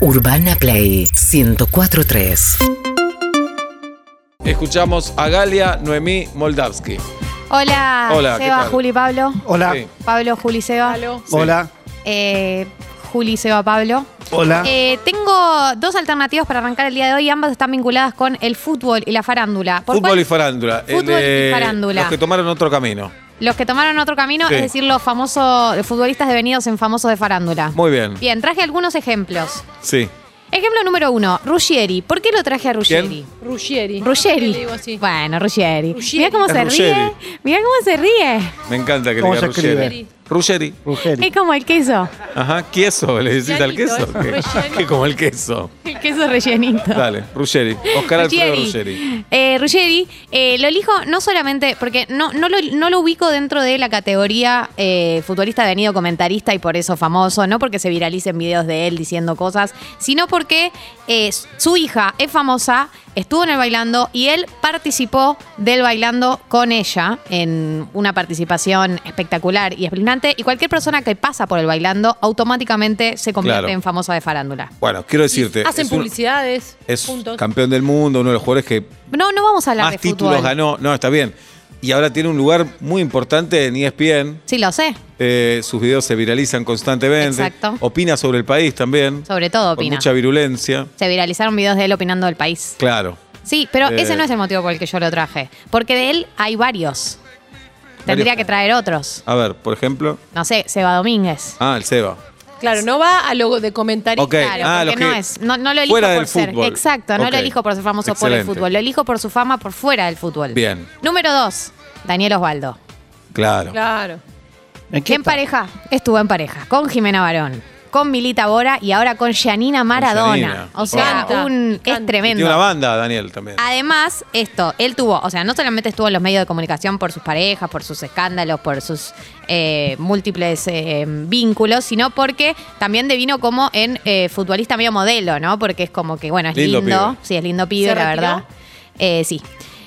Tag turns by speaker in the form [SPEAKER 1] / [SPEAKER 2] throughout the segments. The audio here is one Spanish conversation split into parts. [SPEAKER 1] Urbana Play 1043.
[SPEAKER 2] Escuchamos a Galia Noemí Moldavsky.
[SPEAKER 3] Hola,
[SPEAKER 2] Hola, ¿qué
[SPEAKER 3] Seba,
[SPEAKER 2] tal?
[SPEAKER 3] Juli, Pablo.
[SPEAKER 4] Hola.
[SPEAKER 2] Sí.
[SPEAKER 3] Pablo, Juli, Seba.
[SPEAKER 2] Sí.
[SPEAKER 4] Hola.
[SPEAKER 3] Eh, Juli, Seba, Pablo.
[SPEAKER 2] Ah.
[SPEAKER 4] Hola.
[SPEAKER 3] Eh, tengo dos alternativas para arrancar el día de hoy. Ambas están vinculadas con el fútbol y la farándula. ¿Por
[SPEAKER 2] Fútbol
[SPEAKER 3] cuál?
[SPEAKER 2] y farándula. eh,
[SPEAKER 3] Fútbol y farándula.
[SPEAKER 2] Los que tomaron otro camino.
[SPEAKER 3] Los que tomaron otro camino,
[SPEAKER 2] Sí.
[SPEAKER 3] es decir, los famosos los futbolistas devenidos en famosos de farándula.
[SPEAKER 2] Muy bien.
[SPEAKER 3] Bien, traje algunos ejemplos.
[SPEAKER 2] Sí.
[SPEAKER 3] Ejemplo número uno, Ruggieri. ¿Por qué lo traje a Ruggieri?
[SPEAKER 5] Ruggeri.
[SPEAKER 3] Ruggeri.
[SPEAKER 5] Le digo así.
[SPEAKER 3] Bueno, Ruggeri.
[SPEAKER 5] Ruggeri.
[SPEAKER 3] Mira cómo
[SPEAKER 2] Es
[SPEAKER 3] se ríe.
[SPEAKER 2] Ruggeri.
[SPEAKER 3] Mira cómo se ríe.
[SPEAKER 2] Me encanta que
[SPEAKER 4] ¿Cómo
[SPEAKER 2] diga
[SPEAKER 4] se escribe?
[SPEAKER 2] Ruggeri. Ruggeri.
[SPEAKER 4] Ruggeri.
[SPEAKER 3] Es como el queso.
[SPEAKER 2] Ajá, queso. ¿Le decís al
[SPEAKER 5] Llanito,
[SPEAKER 2] queso?
[SPEAKER 5] ¿eh?
[SPEAKER 2] Que- Que como el queso.
[SPEAKER 3] El queso rellenito.
[SPEAKER 2] Dale, Ruggeri. Oscar Alfredo Ruggeri.
[SPEAKER 3] Eh, Ruggeri, eh, lo elijo no solamente porque no, no, lo, no lo ubico dentro de la categoría eh, futbolista venido comentarista y por eso famoso, no porque se viralicen videos de él diciendo cosas, sino porque eh, su hija es famosa, estuvo en el bailando y él participó del bailando con ella en una participación espectacular y espeluznante. Y cualquier persona que pasa por el bailando automáticamente se convierte
[SPEAKER 2] Claro.
[SPEAKER 3] en famosa de farándula.
[SPEAKER 2] Bueno, quiero decirte.
[SPEAKER 5] Hacen
[SPEAKER 2] es un-
[SPEAKER 5] publicidades
[SPEAKER 2] Es
[SPEAKER 5] juntos.
[SPEAKER 2] campeón del mundo, uno de los jugadores que
[SPEAKER 3] No, no vamos a hablar de
[SPEAKER 2] más
[SPEAKER 3] fútbol.
[SPEAKER 2] títulos ganó. No, está bien. Y ahora tiene un lugar muy importante en E ESPN.
[SPEAKER 3] Sí, lo sé.
[SPEAKER 2] Eh, sus videos se viralizan constantemente.
[SPEAKER 3] Exacto.
[SPEAKER 2] Opina sobre el país también.
[SPEAKER 3] Sobre todo
[SPEAKER 2] Con
[SPEAKER 3] opina.
[SPEAKER 2] mucha virulencia.
[SPEAKER 3] Se viralizaron videos de él opinando del país.
[SPEAKER 2] Claro.
[SPEAKER 3] Sí, pero
[SPEAKER 2] Eh.
[SPEAKER 3] ese no es el motivo por el que yo lo traje. Porque de él hay varios. Tendría que traer otros.
[SPEAKER 2] A ver, por ejemplo.
[SPEAKER 3] No sé, Seba Domínguez.
[SPEAKER 2] Ah, el Seba.
[SPEAKER 5] Claro, no va a lo de comentarista.
[SPEAKER 2] Ok.
[SPEAKER 3] Claro,
[SPEAKER 2] ah,
[SPEAKER 3] porque
[SPEAKER 2] los
[SPEAKER 3] no
[SPEAKER 2] que-
[SPEAKER 3] es. No, no lo elijo
[SPEAKER 2] fuera
[SPEAKER 3] por
[SPEAKER 2] del
[SPEAKER 3] ser.
[SPEAKER 2] fútbol.
[SPEAKER 3] Exacto, no
[SPEAKER 2] Ok.
[SPEAKER 3] lo elijo por ser famoso por
[SPEAKER 2] Excelente.
[SPEAKER 3] el fútbol. Lo elijo por su fama por fuera del fútbol.
[SPEAKER 2] Bien.
[SPEAKER 3] Número dos, Daniel Osvaldo.
[SPEAKER 2] Claro.
[SPEAKER 5] Claro.
[SPEAKER 4] ¿En
[SPEAKER 3] En pareja, estuvo en pareja con Jimena Barón, con Milita Bora y ahora con Janina Maradona.
[SPEAKER 2] Giannina.
[SPEAKER 3] o sea,
[SPEAKER 5] Wow.
[SPEAKER 3] un, es
[SPEAKER 5] Canta.
[SPEAKER 3] tremendo.
[SPEAKER 2] Tiene una banda, Daniel, también.
[SPEAKER 3] Ah, Además, esto, él tuvo, o sea, no solamente estuvo en los medios de comunicación por sus parejas, por sus escándalos, por sus eh, múltiples eh, vínculos, sino porque también devino como en eh, futbolista medio modelo, ¿no? Porque es como que, bueno, es
[SPEAKER 2] Lindo
[SPEAKER 3] lindo,
[SPEAKER 2] pibe.
[SPEAKER 3] sí, es lindo pibe,
[SPEAKER 5] ¿Se
[SPEAKER 3] la
[SPEAKER 5] retiró?
[SPEAKER 3] verdad. Eh, sí.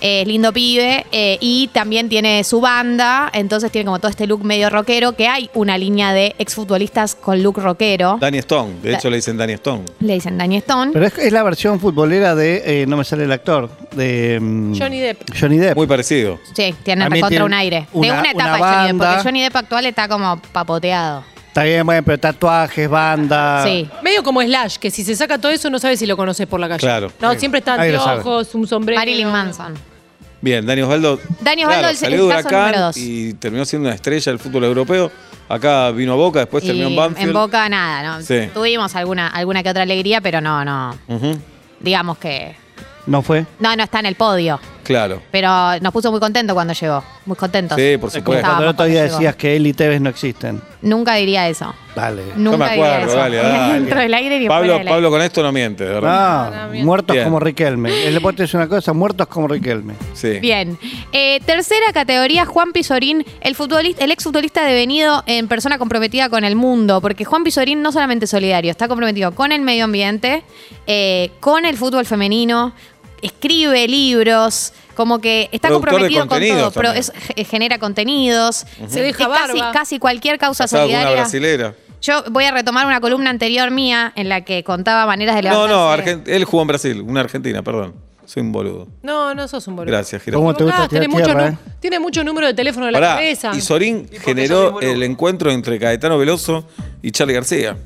[SPEAKER 3] Eh, Es lindo pibe eh, y también tiene su banda, entonces tiene como todo este look medio rockero, que hay una línea de exfutbolistas con look rockero.
[SPEAKER 2] Danny Stone. De hecho, le dicen Danny Stone.
[SPEAKER 3] Le dicen Danny Stone.
[SPEAKER 4] Pero es, es la versión futbolera de. eh, no me sale el actor. De. mm,
[SPEAKER 5] Johnny Depp.
[SPEAKER 4] Johnny Depp.
[SPEAKER 2] Muy parecido.
[SPEAKER 3] Sí, tiene
[SPEAKER 4] También
[SPEAKER 3] recontra
[SPEAKER 4] tiene
[SPEAKER 3] un aire. de
[SPEAKER 4] una-
[SPEAKER 3] una etapa
[SPEAKER 4] una
[SPEAKER 3] de Johnny Depp, porque
[SPEAKER 4] banda.
[SPEAKER 3] Johnny Depp actual está como papoteado.
[SPEAKER 4] Está bien, bueno, pero tatuajes,
[SPEAKER 2] Ah.
[SPEAKER 4] banda.
[SPEAKER 3] Sí.
[SPEAKER 5] Medio como Slash, que si se saca todo eso no sabes si lo conoces por la calle.
[SPEAKER 2] Claro.
[SPEAKER 5] No, siempre están
[SPEAKER 4] Ahí lo sabe.
[SPEAKER 5] anteojos, un sombrero.
[SPEAKER 3] Marilyn Manson.
[SPEAKER 2] Bien, Dani Osvaldo.
[SPEAKER 3] Dani Osvaldo, el- el
[SPEAKER 2] salió de
[SPEAKER 3] caso número
[SPEAKER 2] Huracán
[SPEAKER 3] dos.
[SPEAKER 2] y terminó siendo una estrella del fútbol europeo. Acá vino a Boca, después
[SPEAKER 3] Y
[SPEAKER 2] terminó en Pues Banfield.
[SPEAKER 3] en Boca nada, ¿no?
[SPEAKER 2] Sí.
[SPEAKER 3] Tuvimos alguna, alguna que otra alegría, pero no, no.
[SPEAKER 2] Ujú,
[SPEAKER 3] Digamos que.
[SPEAKER 4] ¿No fue?
[SPEAKER 3] No, no está en el podio.
[SPEAKER 2] Claro.
[SPEAKER 3] Pero nos puso muy contento cuando llegó. Muy contentos.
[SPEAKER 2] Sí, por supuesto.
[SPEAKER 3] Estábamos
[SPEAKER 4] Cuando el otro día
[SPEAKER 3] cuando llegó.
[SPEAKER 4] decías que él y Tevez no existen.
[SPEAKER 3] Nunca diría eso.
[SPEAKER 4] Dale.
[SPEAKER 3] Nunca
[SPEAKER 2] Yo me
[SPEAKER 3] diría
[SPEAKER 2] acuerdo,
[SPEAKER 3] eso.
[SPEAKER 2] dale, dale.
[SPEAKER 3] Dentro del aire ni fuera
[SPEAKER 2] Pablo,
[SPEAKER 3] del aire.
[SPEAKER 2] Pablo con esto no miente, de verdad.
[SPEAKER 4] Ah, muertos
[SPEAKER 2] Bien.
[SPEAKER 4] como Riquelme. El deporte es una cosa, muertos como Riquelme.
[SPEAKER 2] Sí.
[SPEAKER 3] Bien. Eh, tercera categoría, Juan Pizorín, el futbolista, el exfutbolista devenido en persona comprometida con el mundo, porque Juan Pizorín no solamente es solidario, está comprometido con el medio ambiente, eh, con el fútbol femenino, escribe libros, como que está
[SPEAKER 2] Productor de
[SPEAKER 3] comprometido con todo,
[SPEAKER 2] contenidos
[SPEAKER 3] pero
[SPEAKER 2] también.
[SPEAKER 3] es- g- genera contenidos,
[SPEAKER 5] Se deja
[SPEAKER 3] Es casi,
[SPEAKER 5] barba.
[SPEAKER 3] casi cualquier causa
[SPEAKER 2] Casado con una
[SPEAKER 3] solidaria.
[SPEAKER 2] brasilera.
[SPEAKER 3] Yo voy a retomar una columna anterior mía en la que contaba maneras de
[SPEAKER 2] No,
[SPEAKER 3] levantarse.
[SPEAKER 2] no, Argen- él jugó en Brasil, una Argentina, perdón. Soy un boludo.
[SPEAKER 5] No, no sos un boludo.
[SPEAKER 2] Gracias, Girafales.
[SPEAKER 4] ¿Cómo te gusta
[SPEAKER 5] Equivocás,
[SPEAKER 4] tirar
[SPEAKER 5] tiene, mucho,
[SPEAKER 4] tierra,
[SPEAKER 5] nu-
[SPEAKER 4] eh?
[SPEAKER 5] tiene mucho número de teléfono en la
[SPEAKER 2] Pará,
[SPEAKER 5] cabeza.
[SPEAKER 2] y Sorín generó el encuentro entre Caetano Veloso y Charlie García.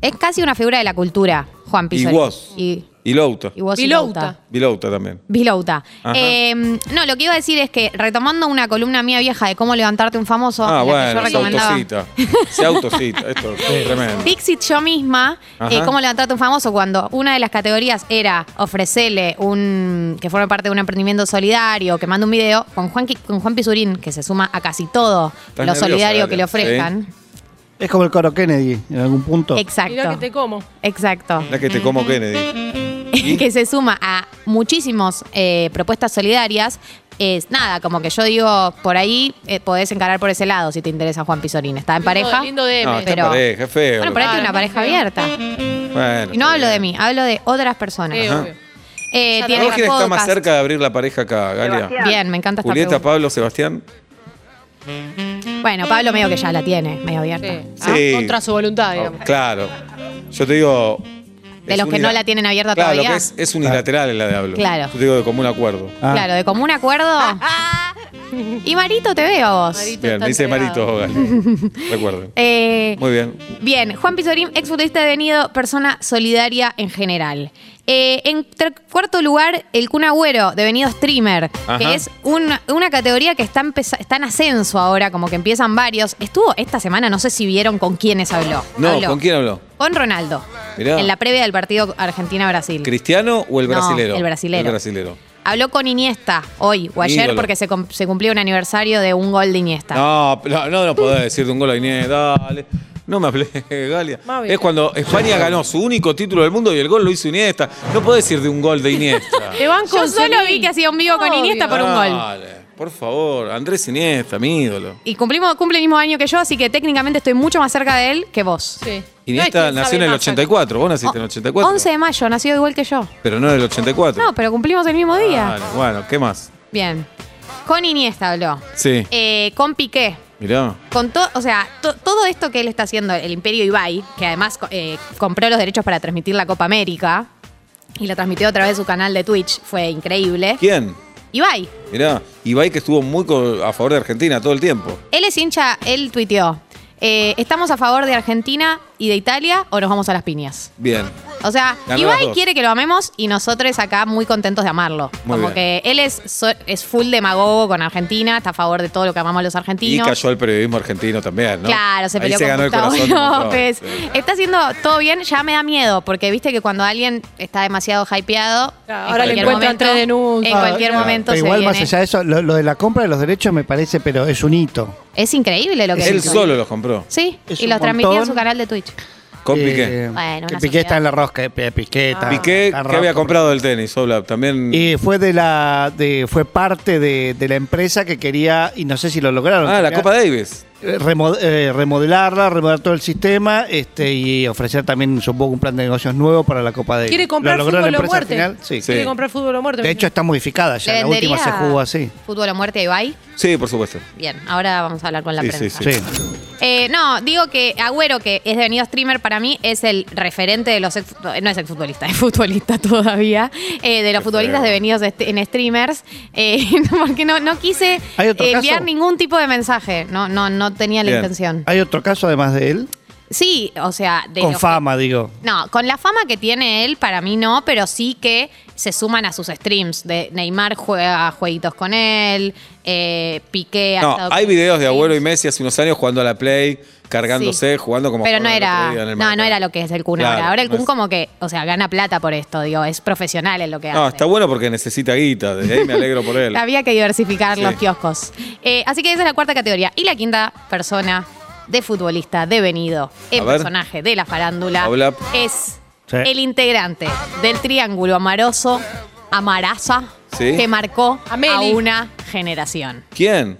[SPEAKER 3] Es casi una figura de la cultura, Juan
[SPEAKER 2] Y
[SPEAKER 3] Pizorín.
[SPEAKER 2] vos.
[SPEAKER 3] Y,
[SPEAKER 2] Y Louta.
[SPEAKER 3] y vos y
[SPEAKER 5] Vilouta.
[SPEAKER 3] Louta.
[SPEAKER 2] Vilouta también.
[SPEAKER 3] Vilouta.
[SPEAKER 2] Ajá.
[SPEAKER 3] Eh, no, lo que iba a decir es que retomando una columna mía vieja de cómo levantarte un famoso,
[SPEAKER 2] Ah,
[SPEAKER 3] en la que
[SPEAKER 2] bueno, se
[SPEAKER 3] yo recomendaba.
[SPEAKER 2] autocita. Se autocita. Esto es tremendo.
[SPEAKER 3] Dixit yo misma,
[SPEAKER 2] Ajá.
[SPEAKER 3] eh, cómo levantarte un famoso cuando una de las categorías era ofrecerle un que forme parte de un emprendimiento solidario, que mande un video con Juan Qui- con Juan Pizurín, que se suma a casi todo lo
[SPEAKER 2] nerviosa,
[SPEAKER 3] solidario
[SPEAKER 2] Galia,
[SPEAKER 3] que le ofrezcan.
[SPEAKER 4] Es como el coro Kennedy, en algún punto.
[SPEAKER 5] Mirá
[SPEAKER 3] Exacto.
[SPEAKER 5] que te como.
[SPEAKER 3] Exacto.
[SPEAKER 2] La que te como Kennedy.
[SPEAKER 3] que se suma a muchísimas eh, propuestas solidarias. Es nada, como que yo digo, por ahí eh, podés encarar por ese lado si te interesa Juan Pizorín. Está en pareja.
[SPEAKER 5] Lindo Ah, DM.
[SPEAKER 2] No, está en
[SPEAKER 3] Pero-
[SPEAKER 2] pareja, es feo.
[SPEAKER 3] Bueno, por ahí tiene una pareja abierta.
[SPEAKER 2] Bueno,
[SPEAKER 3] Y no
[SPEAKER 2] está
[SPEAKER 3] hablo
[SPEAKER 2] bien.
[SPEAKER 3] de mí, hablo de otras personas.
[SPEAKER 5] Sí,
[SPEAKER 2] Ajá.
[SPEAKER 5] obvio.
[SPEAKER 3] Eh,
[SPEAKER 5] Ya
[SPEAKER 3] tiene
[SPEAKER 2] ¿Vos quién está más
[SPEAKER 3] podcast.
[SPEAKER 2] cerca de abrir la pareja acá, Galia?
[SPEAKER 3] Bien, me encanta esta
[SPEAKER 2] Julieta,
[SPEAKER 3] pregunta.
[SPEAKER 2] Pablo, Sebastián.
[SPEAKER 3] Bueno, Pablo medio que ya la tiene, medio abierta.
[SPEAKER 5] Sí.
[SPEAKER 2] Sí.
[SPEAKER 5] Ah, Contra su voluntad,
[SPEAKER 2] Oh,
[SPEAKER 5] digamos.
[SPEAKER 2] claro. Yo te digo,
[SPEAKER 3] De los que no la tienen abierta
[SPEAKER 2] claro,
[SPEAKER 3] todavía.
[SPEAKER 2] Lo que es, es unilateral la de hablo.
[SPEAKER 3] Claro.
[SPEAKER 2] Yo digo de común acuerdo.
[SPEAKER 4] Ah.
[SPEAKER 3] Claro, de común acuerdo.
[SPEAKER 2] Ah.
[SPEAKER 3] y Marito, te veo a vos.
[SPEAKER 5] Marito
[SPEAKER 2] Bien,
[SPEAKER 5] está
[SPEAKER 2] me dice
[SPEAKER 5] entregado.
[SPEAKER 2] Marito Hogan. Recuerden.
[SPEAKER 3] Eh,
[SPEAKER 2] Muy bien.
[SPEAKER 3] Bien, Juan Pizorín, exfutbolista devenido, persona solidaria en general. Eh, en ter- cuarto lugar, el Kun Agüero, devenido streamer,
[SPEAKER 2] Ajá.
[SPEAKER 3] que es una, una categoría que está, empeza- está en ascenso ahora, como que empiezan varios. Estuvo esta semana, no sé si vieron con quiénes habló.
[SPEAKER 2] No,
[SPEAKER 3] Habló
[SPEAKER 2] ¿con quién habló?
[SPEAKER 3] Con Ronaldo.
[SPEAKER 2] Mirá.
[SPEAKER 3] En la previa del partido Argentina-Brasil.
[SPEAKER 2] ¿Cristiano o el
[SPEAKER 3] No,
[SPEAKER 2] brasilero?
[SPEAKER 3] el brasilero.
[SPEAKER 2] El brasilero.
[SPEAKER 3] Habló con Iniesta hoy o ayer
[SPEAKER 2] Ídolo.
[SPEAKER 3] porque se, com- se cumplió un aniversario de un gol de Iniesta.
[SPEAKER 2] No, no, no, no podés decir de un gol a Inés, dale. No me hablé, Galia.
[SPEAKER 5] Mavi.
[SPEAKER 2] Es cuando España ganó su único título del mundo y el gol lo hizo Iniesta. No podés decir de un gol de Iniesta.
[SPEAKER 5] Te van
[SPEAKER 3] Yo
[SPEAKER 5] con
[SPEAKER 3] solo
[SPEAKER 5] Celín.
[SPEAKER 3] vi que hacía un vivo con
[SPEAKER 5] Obvio.
[SPEAKER 3] Iniesta por un gol.
[SPEAKER 2] Dale, por favor, Andrés Iniesta, mi ídolo.
[SPEAKER 3] Y cumplimos, cumple el mismo año que yo, así que técnicamente estoy mucho más cerca de él que vos.
[SPEAKER 5] Sí.
[SPEAKER 2] Iniesta
[SPEAKER 5] No hay quien
[SPEAKER 2] nació
[SPEAKER 5] sabe
[SPEAKER 2] en el
[SPEAKER 5] más,
[SPEAKER 2] 84, vos naciste
[SPEAKER 3] Oh,
[SPEAKER 2] en el 84.
[SPEAKER 3] 11 de mayo, nació igual que yo.
[SPEAKER 2] Pero no en el 84.
[SPEAKER 3] No, pero cumplimos el mismo día.
[SPEAKER 2] Dale, Ah, bueno, ¿qué más?
[SPEAKER 3] Bien. Con Iniesta habló.
[SPEAKER 2] Sí,
[SPEAKER 3] Eh, con Piqué.
[SPEAKER 2] mirá.
[SPEAKER 3] Con todo, o sea, to- todo esto que él está haciendo, el Imperio Ibai, que además co- eh, compró los derechos para transmitir la Copa América y la transmitió a través de su canal de Twitch, fue increíble.
[SPEAKER 2] ¿Quién?
[SPEAKER 3] Ibai,
[SPEAKER 2] Mirá, Ibai que estuvo muy co- a favor de Argentina todo el tiempo.
[SPEAKER 3] él es hincha, él tuiteó, eh, ¿estamos a favor de Argentina y de Italia o nos vamos a las piñas?
[SPEAKER 2] Bien.
[SPEAKER 3] O sea,
[SPEAKER 2] Ganó las
[SPEAKER 3] Ibai
[SPEAKER 2] dos.
[SPEAKER 3] quiere que lo amemos y nosotros acá muy contentos de amarlo.
[SPEAKER 2] Muy bien.
[SPEAKER 3] Como que él es, so- es full demagogo con Argentina, está a favor de todo lo que amamos los
[SPEAKER 2] Y
[SPEAKER 3] argentinos.
[SPEAKER 2] cayó al periodismo argentino también, ¿no?
[SPEAKER 3] Claro, se
[SPEAKER 2] Ahí
[SPEAKER 3] peleó
[SPEAKER 2] se
[SPEAKER 3] con
[SPEAKER 2] ganó el
[SPEAKER 3] Gustavo
[SPEAKER 2] corazón de un montón.
[SPEAKER 3] López.
[SPEAKER 2] Sí.
[SPEAKER 3] Está haciendo todo bien, ya me da miedo, porque viste que cuando alguien está demasiado hypeado,
[SPEAKER 5] Claro,
[SPEAKER 3] en
[SPEAKER 5] ahora le
[SPEAKER 3] cualquier
[SPEAKER 5] encuentran
[SPEAKER 3] momento-
[SPEAKER 5] tres denuncias.
[SPEAKER 3] En cualquier
[SPEAKER 5] Ah,
[SPEAKER 3] momento
[SPEAKER 4] Pero
[SPEAKER 3] se
[SPEAKER 4] igual
[SPEAKER 3] viene.
[SPEAKER 4] más allá de eso, lo, lo de la compra de los derechos me parece, pero es un hito.
[SPEAKER 3] Es increíble lo que
[SPEAKER 2] Él
[SPEAKER 3] hizo.
[SPEAKER 2] solo los compró.
[SPEAKER 3] Sí,
[SPEAKER 4] Es
[SPEAKER 3] y
[SPEAKER 4] un
[SPEAKER 3] los transmitía en su
[SPEAKER 4] montón.
[SPEAKER 3] canal de Twitch.
[SPEAKER 2] Con
[SPEAKER 4] Eh,
[SPEAKER 2] Piqué.
[SPEAKER 3] Bueno,
[SPEAKER 4] que
[SPEAKER 3] una
[SPEAKER 4] Piqué
[SPEAKER 3] sociedad. Ah.
[SPEAKER 4] está en la rosca, eh, P- Piqué está-
[SPEAKER 2] Piqué,
[SPEAKER 4] está
[SPEAKER 2] que había
[SPEAKER 4] roto.
[SPEAKER 2] comprado el tenis, Oblap, también.
[SPEAKER 4] Y fue de la, de, fue parte de, de la empresa que quería, y no sé si lo lograron.
[SPEAKER 2] ah, la
[SPEAKER 4] quería,
[SPEAKER 2] Copa Davis.
[SPEAKER 4] eh, remo- eh, remodelarla, remodelar todo el sistema, este, y ofrecer también, supongo, un plan de negocios nuevo para la Copa de
[SPEAKER 5] Quiere comprar
[SPEAKER 4] ¿Lo logró la
[SPEAKER 5] fútbol o
[SPEAKER 4] empresa al
[SPEAKER 5] muerte.
[SPEAKER 4] final? Sí.
[SPEAKER 2] Sí.
[SPEAKER 5] Quiere comprar fútbol o muerte.
[SPEAKER 4] De hecho está modificada ya,
[SPEAKER 3] ¿Le
[SPEAKER 4] la última se
[SPEAKER 3] vendería
[SPEAKER 4] jugó así.
[SPEAKER 3] Fútbol o muerte a Ibai.
[SPEAKER 2] Sí, por supuesto.
[SPEAKER 3] Bien, ahora vamos a hablar con la
[SPEAKER 2] Sí, sí,
[SPEAKER 3] prensa.
[SPEAKER 4] Sí.
[SPEAKER 3] Eh, no, digo que Agüero, que es devenido streamer, para mí es el referente de los. ex- No es exfutbolista, es futbolista todavía. eh, de los
[SPEAKER 2] Qué
[SPEAKER 3] futbolistas
[SPEAKER 2] feo.
[SPEAKER 3] devenidos est- en streamers. eh, porque no, no quise
[SPEAKER 4] ¿Hay otro
[SPEAKER 3] enviar
[SPEAKER 4] caso?
[SPEAKER 3] ningún tipo de mensaje. No, no, no tenía la
[SPEAKER 2] Bien.
[SPEAKER 3] intención.
[SPEAKER 4] Hay otro caso además de él,
[SPEAKER 3] Sí, o sea. De
[SPEAKER 4] con
[SPEAKER 3] los-
[SPEAKER 4] fama, digo.
[SPEAKER 3] No, con la fama que tiene él, para mí no, pero sí que se suman a sus streams. De Neymar juega jueguitos con él, eh, Piqué. ha
[SPEAKER 2] No,
[SPEAKER 3] estado
[SPEAKER 2] hay
[SPEAKER 3] con-
[SPEAKER 2] videos de Agüero y Messi hace unos años jugando a la Play, cargándose,
[SPEAKER 3] Sí.
[SPEAKER 2] jugando como.
[SPEAKER 3] Pero no
[SPEAKER 2] jugaban el otro
[SPEAKER 3] era,
[SPEAKER 2] día en el
[SPEAKER 3] no, no
[SPEAKER 2] Maracaná.
[SPEAKER 3] era lo que es el Kun
[SPEAKER 2] Claro,
[SPEAKER 3] ahora. Ahora el
[SPEAKER 2] no
[SPEAKER 3] Kun
[SPEAKER 2] es-
[SPEAKER 3] como que, o sea, gana plata por esto, digo, es profesional en lo que hace.
[SPEAKER 2] No, está bueno porque necesita guita. Desde ahí me alegro por él.
[SPEAKER 3] Había que diversificar
[SPEAKER 2] Sí.
[SPEAKER 3] los kioscos. Eh, así que esa es la cuarta categoría. Y la quinta persona de futbolista devenido en
[SPEAKER 2] A ver.
[SPEAKER 3] personaje de la farándula
[SPEAKER 2] Habla.
[SPEAKER 3] es
[SPEAKER 4] Sí.
[SPEAKER 3] el integrante del triángulo amaroso, Amaraza,
[SPEAKER 2] Sí.
[SPEAKER 3] que marcó
[SPEAKER 5] Ameli.
[SPEAKER 3] a una generación.
[SPEAKER 2] ¿Quién?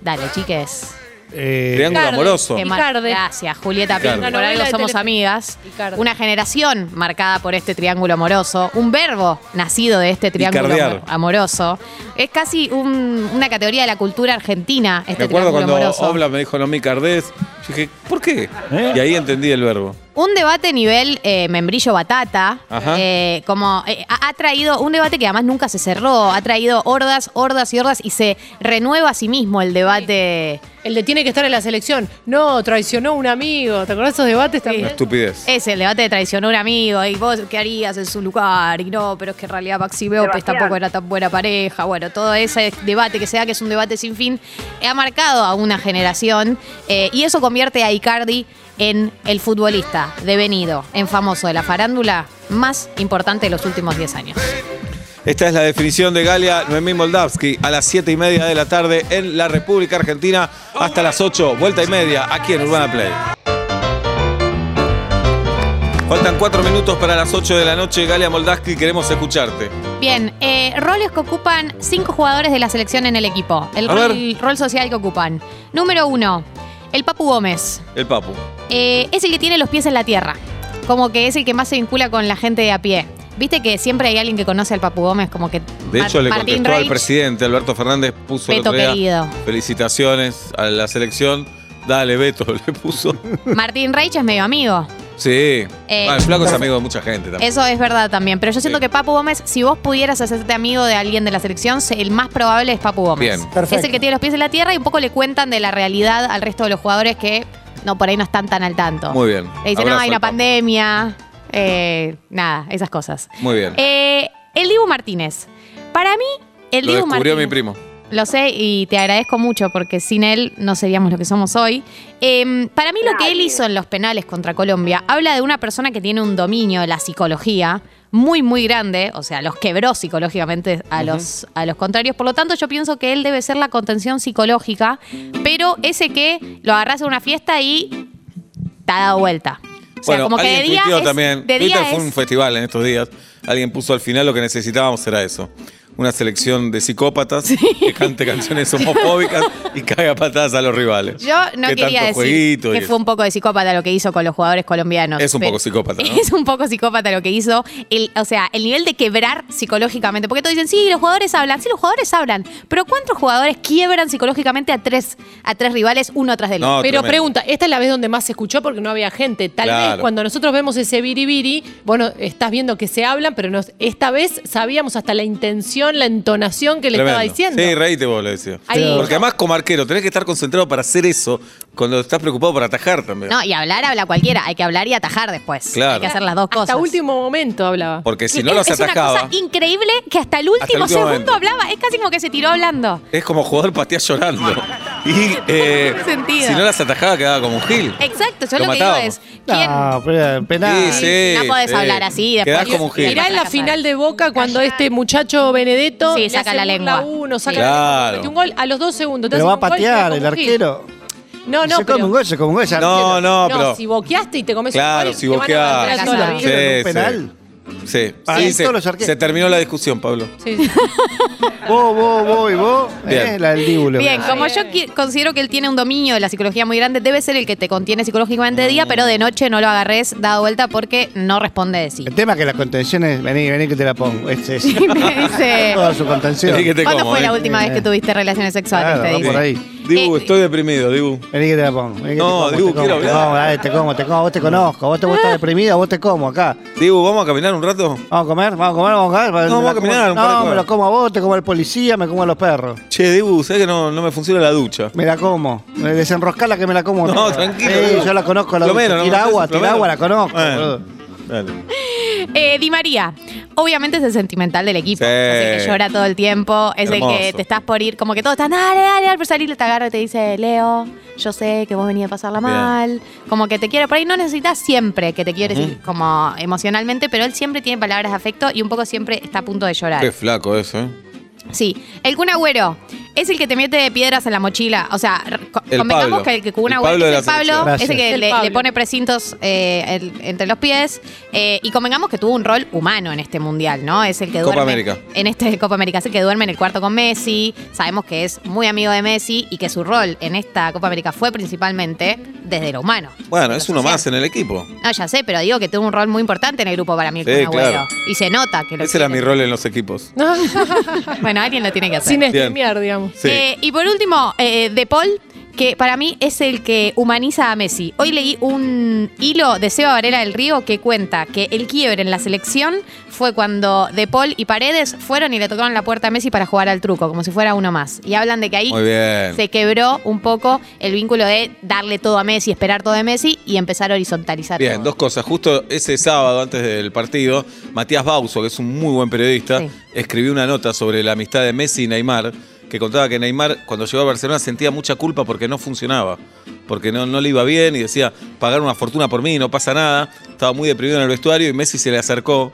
[SPEAKER 3] Dale, chiques.
[SPEAKER 4] Eh,
[SPEAKER 2] Triángulo
[SPEAKER 5] Cardi.
[SPEAKER 2] amoroso.
[SPEAKER 3] Que
[SPEAKER 5] Y
[SPEAKER 3] mar-
[SPEAKER 5] Carde.
[SPEAKER 3] Gracias, Julieta Pink.
[SPEAKER 2] Carde.
[SPEAKER 3] Por algo
[SPEAKER 5] Novela de
[SPEAKER 3] somos
[SPEAKER 5] Telefe.
[SPEAKER 3] amigas.
[SPEAKER 5] Y Carde.
[SPEAKER 3] Una generación marcada por este triángulo amoroso. Un verbo nacido de este triángulo
[SPEAKER 2] cardear.
[SPEAKER 3] amor- amoroso. Es casi un- una categoría de la cultura argentina, este
[SPEAKER 2] Me acuerdo
[SPEAKER 3] triángulo
[SPEAKER 2] cuando
[SPEAKER 3] amoroso.
[SPEAKER 2] Obla me dijo no mi cardés. Yo dije, ¿por qué?
[SPEAKER 4] ¿Eh?
[SPEAKER 2] Y ahí entendí el verbo.
[SPEAKER 3] Un debate nivel eh, membrillo batata,
[SPEAKER 2] Ajá.
[SPEAKER 3] eh, como eh, ha, ha traído un debate que además nunca se cerró, ha traído hordas, hordas y hordas y se renueva a sí mismo el debate.
[SPEAKER 5] El de tiene que estar en la selección. No, traicionó a un amigo. ¿Te acordás de esos debates
[SPEAKER 2] Una
[SPEAKER 3] ¿Eh?
[SPEAKER 5] también?
[SPEAKER 2] estupidez.
[SPEAKER 3] Es el debate de traicionó a un amigo y vos qué harías en su lugar y no, pero es que en realidad Maxi Beopes tampoco era tan buena pareja. Bueno, todo ese debate que se da, que es un debate sin fin, ha marcado a una generación eh, y eso convierte a Icardi en el futbolista devenido, en famoso de la farándula más importante de los últimos 10 años.
[SPEAKER 2] Esta es la definición de Galia Noemí Moldavsky a las 7 y media de la tarde en la República Argentina hasta las 8, vuelta y media, aquí en Urbana Play. Faltan 4 minutos para las 8 de la noche. Galia Moldavsky, queremos escucharte.
[SPEAKER 3] Bien, eh, roles que ocupan cinco jugadores de la selección en el equipo. El
[SPEAKER 2] A
[SPEAKER 3] rol,
[SPEAKER 2] ver.
[SPEAKER 3] rol social que ocupan. Número uno, el Papu Gómez.
[SPEAKER 2] El Papu.
[SPEAKER 3] Eh, es el que tiene los pies en la tierra. Como que es el que más se vincula con la gente de a pie. Viste que siempre hay alguien que conoce al Papu Gómez, como que.
[SPEAKER 2] De
[SPEAKER 3] Mar-
[SPEAKER 2] hecho, le
[SPEAKER 3] Martín
[SPEAKER 2] contestó al
[SPEAKER 3] Reich.
[SPEAKER 2] presidente Alberto Fernández, puso el
[SPEAKER 3] Beto
[SPEAKER 2] otro día,
[SPEAKER 3] querido.
[SPEAKER 2] felicitaciones a la selección. Dale, Beto, le puso.
[SPEAKER 3] Martín Reich es medio amigo.
[SPEAKER 2] Sí.
[SPEAKER 3] Eh,
[SPEAKER 2] Bueno, el flaco es amigo de mucha gente también.
[SPEAKER 3] Eso es verdad también. Pero yo siento
[SPEAKER 2] Sí.
[SPEAKER 3] que Papu Gómez, si vos pudieras hacerte amigo de alguien de la selección, se- el más probable es Papu Gómez.
[SPEAKER 2] Bien.
[SPEAKER 6] Perfecto.
[SPEAKER 3] Es el que tiene los pies en la tierra y un poco le cuentan de la realidad al resto de los jugadores que no por ahí no están tan al tanto.
[SPEAKER 2] Muy bien.
[SPEAKER 3] Le dicen, no,
[SPEAKER 2] Abrazo al
[SPEAKER 3] hay una
[SPEAKER 2] Papu.
[SPEAKER 3] pandemia. eh, nada, esas cosas.
[SPEAKER 2] Muy bien.
[SPEAKER 3] Eh, el Dibu Martínez. Para mí, el
[SPEAKER 2] Lo descubrió
[SPEAKER 3] Dibu Martínez.
[SPEAKER 2] mi primo.
[SPEAKER 3] Lo sé y te agradezco mucho porque sin él no seríamos lo que somos hoy. Eh, para mí lo que él hizo en los penales contra Colombia habla de una persona que tiene un dominio de la psicología muy, muy grande, o sea, los quebró psicológicamente a, los, a los contrarios. Por lo tanto, yo pienso que él debe ser la contención psicológica, pero ese que lo agarras a una fiesta y te ha dado vuelta. O sea,
[SPEAKER 2] bueno,
[SPEAKER 3] como que de
[SPEAKER 2] alguien
[SPEAKER 3] día
[SPEAKER 2] tuiteó
[SPEAKER 3] es-
[SPEAKER 2] también. Twitter
[SPEAKER 3] de día
[SPEAKER 2] fue
[SPEAKER 3] es-
[SPEAKER 2] un festival en estos días. Alguien puso al final lo que necesitábamos era eso. Una selección de psicópatas que cante canciones homofóbicas y caga patadas a los rivales.
[SPEAKER 3] Yo no
[SPEAKER 2] Que
[SPEAKER 3] quería
[SPEAKER 2] tanto
[SPEAKER 3] decir
[SPEAKER 2] jueguito y
[SPEAKER 3] que
[SPEAKER 2] eso.
[SPEAKER 3] fue un poco de psicópata lo que hizo con los jugadores colombianos.
[SPEAKER 2] Es un
[SPEAKER 3] pero-
[SPEAKER 2] poco psicópata, ¿no?
[SPEAKER 3] Es un poco psicópata lo que hizo. El- o sea, el nivel de quebrar psicológicamente. Porque todos dicen, sí, los jugadores hablan. Sí, los jugadores hablan. Pero ¿cuántos jugadores quiebran psicológicamente a tres, a tres rivales uno tras del
[SPEAKER 2] No,
[SPEAKER 3] otro?
[SPEAKER 5] Pero
[SPEAKER 2] tremendo.
[SPEAKER 5] pregunta, esta es la vez donde más se escuchó porque no había gente. Tal vez
[SPEAKER 2] Claro.
[SPEAKER 5] cuando nosotros vemos ese biribiri, bueno, estás viendo que se hablan, pero nos- esta vez sabíamos hasta la intención, la entonación que le
[SPEAKER 2] Tremendo.
[SPEAKER 5] estaba diciendo.
[SPEAKER 2] Sí, reíte vos, le decía.
[SPEAKER 5] Ahí-
[SPEAKER 2] Porque además, como arquero, tenés que estar concentrado para hacer eso cuando estás preocupado por atajar también.
[SPEAKER 3] No, y hablar habla cualquiera. Hay que hablar y atajar después.
[SPEAKER 2] Claro.
[SPEAKER 3] Hay que hacer las dos cosas.
[SPEAKER 5] Hasta último momento hablaba.
[SPEAKER 2] Porque si no
[SPEAKER 3] es,
[SPEAKER 2] los
[SPEAKER 3] es una
[SPEAKER 2] atacaba,
[SPEAKER 3] cosa increíble que hasta el último,
[SPEAKER 2] Hasta el último
[SPEAKER 3] segundo
[SPEAKER 2] momento.
[SPEAKER 3] hablaba. Es casi como que se tiró hablando.
[SPEAKER 2] es como jugador patea llorando. Y eh,
[SPEAKER 3] tiene sentido.
[SPEAKER 2] si no las atajaba, quedaba como un gil.
[SPEAKER 3] Exacto, yo
[SPEAKER 2] Lo
[SPEAKER 3] lo, que digo
[SPEAKER 2] matábamos.
[SPEAKER 3] es, ¿quién,
[SPEAKER 4] No, pero, penal.
[SPEAKER 2] Sí, sí,
[SPEAKER 3] no podés
[SPEAKER 2] sí.
[SPEAKER 3] hablar así, después-
[SPEAKER 2] Quedás como un gil.
[SPEAKER 5] Mirá en la
[SPEAKER 3] Casar.
[SPEAKER 5] final de Boca cuando este muchacho Benedetto
[SPEAKER 3] Sí,
[SPEAKER 5] le
[SPEAKER 3] saca
[SPEAKER 5] hace
[SPEAKER 3] la
[SPEAKER 5] burla a
[SPEAKER 3] lengua.
[SPEAKER 5] Uno, saca
[SPEAKER 3] Sí.
[SPEAKER 5] la lengua,
[SPEAKER 2] Claro.
[SPEAKER 5] mete un gol a los dos segundos. te
[SPEAKER 4] Pero va a
[SPEAKER 5] hacen un gol y te
[SPEAKER 4] patear
[SPEAKER 5] comes
[SPEAKER 4] el
[SPEAKER 5] un gil.
[SPEAKER 4] arquero.
[SPEAKER 5] No, no,
[SPEAKER 4] se come
[SPEAKER 5] pero-
[SPEAKER 4] un gol, se come un gol. ese
[SPEAKER 2] No,
[SPEAKER 4] arquero.
[SPEAKER 2] no, pero.
[SPEAKER 5] si boqueaste y te comes un
[SPEAKER 2] Claro,
[SPEAKER 5] gol,
[SPEAKER 2] si
[SPEAKER 5] te van a
[SPEAKER 2] boqueás.
[SPEAKER 5] banderar toda la
[SPEAKER 3] Claro.
[SPEAKER 5] vida.
[SPEAKER 4] en un
[SPEAKER 2] Sí,
[SPEAKER 4] penal.
[SPEAKER 2] Sí,
[SPEAKER 4] Para
[SPEAKER 2] Sí,
[SPEAKER 4] mí
[SPEAKER 2] se,
[SPEAKER 4] Ah, todos los arqueros.
[SPEAKER 2] se terminó la discusión, Pablo.
[SPEAKER 5] Sí, sí.
[SPEAKER 4] Vos, vos, vos y vos.
[SPEAKER 2] Bien.
[SPEAKER 4] eh, la del díbulo.
[SPEAKER 3] Bien,
[SPEAKER 4] Mirá.
[SPEAKER 3] como yo qui- considero que él tiene un dominio de la psicología muy grande, debe ser el que te contiene psicológicamente de día, pero de noche no lo agarres dado vuelta porque no responde de sí.
[SPEAKER 4] El tema es que las contenciones, vení, vení que te la pongo. Este es
[SPEAKER 3] Me dice,
[SPEAKER 4] toda su contención.
[SPEAKER 2] Vení que te
[SPEAKER 3] ¿cuándo
[SPEAKER 2] como,
[SPEAKER 3] fue
[SPEAKER 2] eh?
[SPEAKER 3] la última vez que tuviste relaciones sexuales?
[SPEAKER 4] Claro,
[SPEAKER 3] Te
[SPEAKER 4] va
[SPEAKER 3] dice.
[SPEAKER 4] por ahí.
[SPEAKER 2] Dibu,
[SPEAKER 3] Eh,
[SPEAKER 2] estoy deprimido, Dibu.
[SPEAKER 4] Vení que te la pongo. vení que te
[SPEAKER 2] No,
[SPEAKER 4] como,
[SPEAKER 2] Dibu,
[SPEAKER 4] te como,
[SPEAKER 2] quiero
[SPEAKER 4] te
[SPEAKER 2] hablar.
[SPEAKER 4] como, dale, te como, te como, vos te conozco. Vos te vos estás deprimido, vos te como acá.
[SPEAKER 2] Dibu, ¿vamos a caminar un rato?
[SPEAKER 4] Vamos a comer, vamos a comer, vamos a comer. Me la
[SPEAKER 2] vamos a
[SPEAKER 4] como-
[SPEAKER 2] caminar, un par de
[SPEAKER 4] No, me
[SPEAKER 2] cuadras.
[SPEAKER 4] lo como a vos, te como al policía, me como a los perros.
[SPEAKER 2] Che, Dibu, ¿sabes que no, no me funciona la ducha?
[SPEAKER 4] Me la como. Me desenroscala que me la como.
[SPEAKER 2] No,
[SPEAKER 4] toda.
[SPEAKER 2] tranquilo.
[SPEAKER 4] Sí,
[SPEAKER 2] Dibu.
[SPEAKER 4] Eh, yo la conozco. La
[SPEAKER 2] Lo
[SPEAKER 4] ducha.
[SPEAKER 2] menos, ¿no?
[SPEAKER 4] tira agua,
[SPEAKER 2] Lo
[SPEAKER 4] tira
[SPEAKER 2] menos.
[SPEAKER 4] agua, la conozco.
[SPEAKER 2] Bueno,
[SPEAKER 4] boludo.
[SPEAKER 2] dale.
[SPEAKER 3] Eh, Di María, obviamente es el sentimental del equipo,
[SPEAKER 2] Sí.
[SPEAKER 3] es el que llora todo el tiempo, es
[SPEAKER 2] Hermoso.
[SPEAKER 3] el que te estás por ir, como que todos están, dale, dale, dale, pero salir te agarra y te dice, Leo, yo sé que vos venías a pasarla
[SPEAKER 2] Bien.
[SPEAKER 3] mal, como que te quiero, por ahí no necesitas siempre que te quieres como emocionalmente, pero él siempre tiene palabras de afecto y un poco siempre está a punto de llorar.
[SPEAKER 2] Qué flaco eso, ¿eh?
[SPEAKER 3] Sí, el Kun Agüero es el que te mete piedras en la mochila. O sea, r- co-
[SPEAKER 2] El
[SPEAKER 3] convengamos
[SPEAKER 2] Pablo.
[SPEAKER 3] que el que Kun
[SPEAKER 2] El
[SPEAKER 3] Agüero
[SPEAKER 2] Pablo
[SPEAKER 3] es
[SPEAKER 2] de
[SPEAKER 3] el
[SPEAKER 2] la selección.
[SPEAKER 3] Pablo, es el
[SPEAKER 4] Gracias.
[SPEAKER 3] que
[SPEAKER 5] El
[SPEAKER 3] le,
[SPEAKER 5] Pablo.
[SPEAKER 3] le pone precintos eh, el- entre los pies. eh, y convengamos que tuvo un rol humano en este mundial, ¿no? Es el que duerme.
[SPEAKER 2] Copa América.
[SPEAKER 3] En este Copa América, es el que duerme en el cuarto con Messi. Sabemos que es muy amigo de Messi y que su rol en esta Copa América fue principalmente desde lo humano.
[SPEAKER 2] Bueno,
[SPEAKER 3] Lo
[SPEAKER 2] es uno
[SPEAKER 3] social.
[SPEAKER 2] más ¿eh? en el equipo.
[SPEAKER 3] No, Ah, ya sé, pero digo que tuvo un rol muy importante en el grupo para mí, el
[SPEAKER 2] Sí,
[SPEAKER 3] Kun Agüero.
[SPEAKER 2] claro.
[SPEAKER 3] Y se nota que lo
[SPEAKER 2] Ese era mi
[SPEAKER 3] quieren.
[SPEAKER 2] rol en los equipos.
[SPEAKER 3] Bueno, alguien lo tiene que hacer.
[SPEAKER 5] Sin streamear, digamos.
[SPEAKER 2] Sí.
[SPEAKER 3] Eh, y por último, eh, De Paul, que para mí es el que humaniza a Messi. Hoy leí un hilo de Seba Varela del Río que cuenta que el quiebre en la selección fue cuando De Paul y Paredes fueron y le tocaron la puerta a Messi para jugar al truco, como si fuera uno más. Y hablan de que ahí
[SPEAKER 2] Muy bien.
[SPEAKER 3] se quebró un poco el vínculo de darle todo a Messi, esperar todo de Messi y empezar a horizontalizar
[SPEAKER 2] Bien,
[SPEAKER 3] todo.
[SPEAKER 2] dos cosas. Justo ese sábado, antes del partido, Matías Bauso, que es un muy buen periodista,
[SPEAKER 3] Sí.
[SPEAKER 2] escribió una nota sobre la amistad de Messi y Neymar, que contaba que Neymar, cuando llegó a Barcelona, sentía mucha culpa porque no funcionaba, porque no, no le iba bien y decía, pagar una fortuna por mí, no pasa nada. Estaba muy deprimido en el vestuario y Messi se le acercó.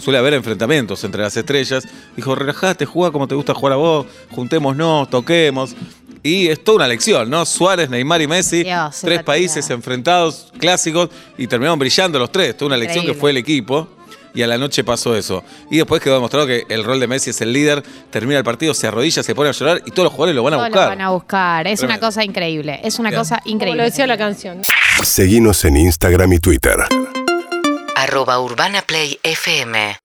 [SPEAKER 2] Suele haber enfrentamientos entre las estrellas. Dijo, relajate, juega como te gusta jugar a vos, juntémonos, toquemos. Y es toda una lección, ¿no? Suárez, Neymar y Messi,
[SPEAKER 3] Dios,
[SPEAKER 2] tres
[SPEAKER 3] esa
[SPEAKER 2] países
[SPEAKER 3] tirada.
[SPEAKER 2] enfrentados, clásicos, y terminaron brillando los tres. Tuvo una elección
[SPEAKER 3] Increíble.
[SPEAKER 2] que fue el equipo. Y a la noche pasó eso. Y después quedó demostrado que el rol de Messi es el líder, termina el partido, se arrodilla, se pone a llorar y todos los jugadores lo van a
[SPEAKER 3] Todos lo
[SPEAKER 2] buscar.
[SPEAKER 3] van a buscar. Es una
[SPEAKER 2] Tremendo.
[SPEAKER 3] cosa increíble. Es una
[SPEAKER 2] Bien.
[SPEAKER 3] cosa
[SPEAKER 5] Como
[SPEAKER 3] increíble.
[SPEAKER 5] lo decía la canción.
[SPEAKER 7] Seguinos en Instagram y Twitter.
[SPEAKER 1] Arroba Urbana Play FM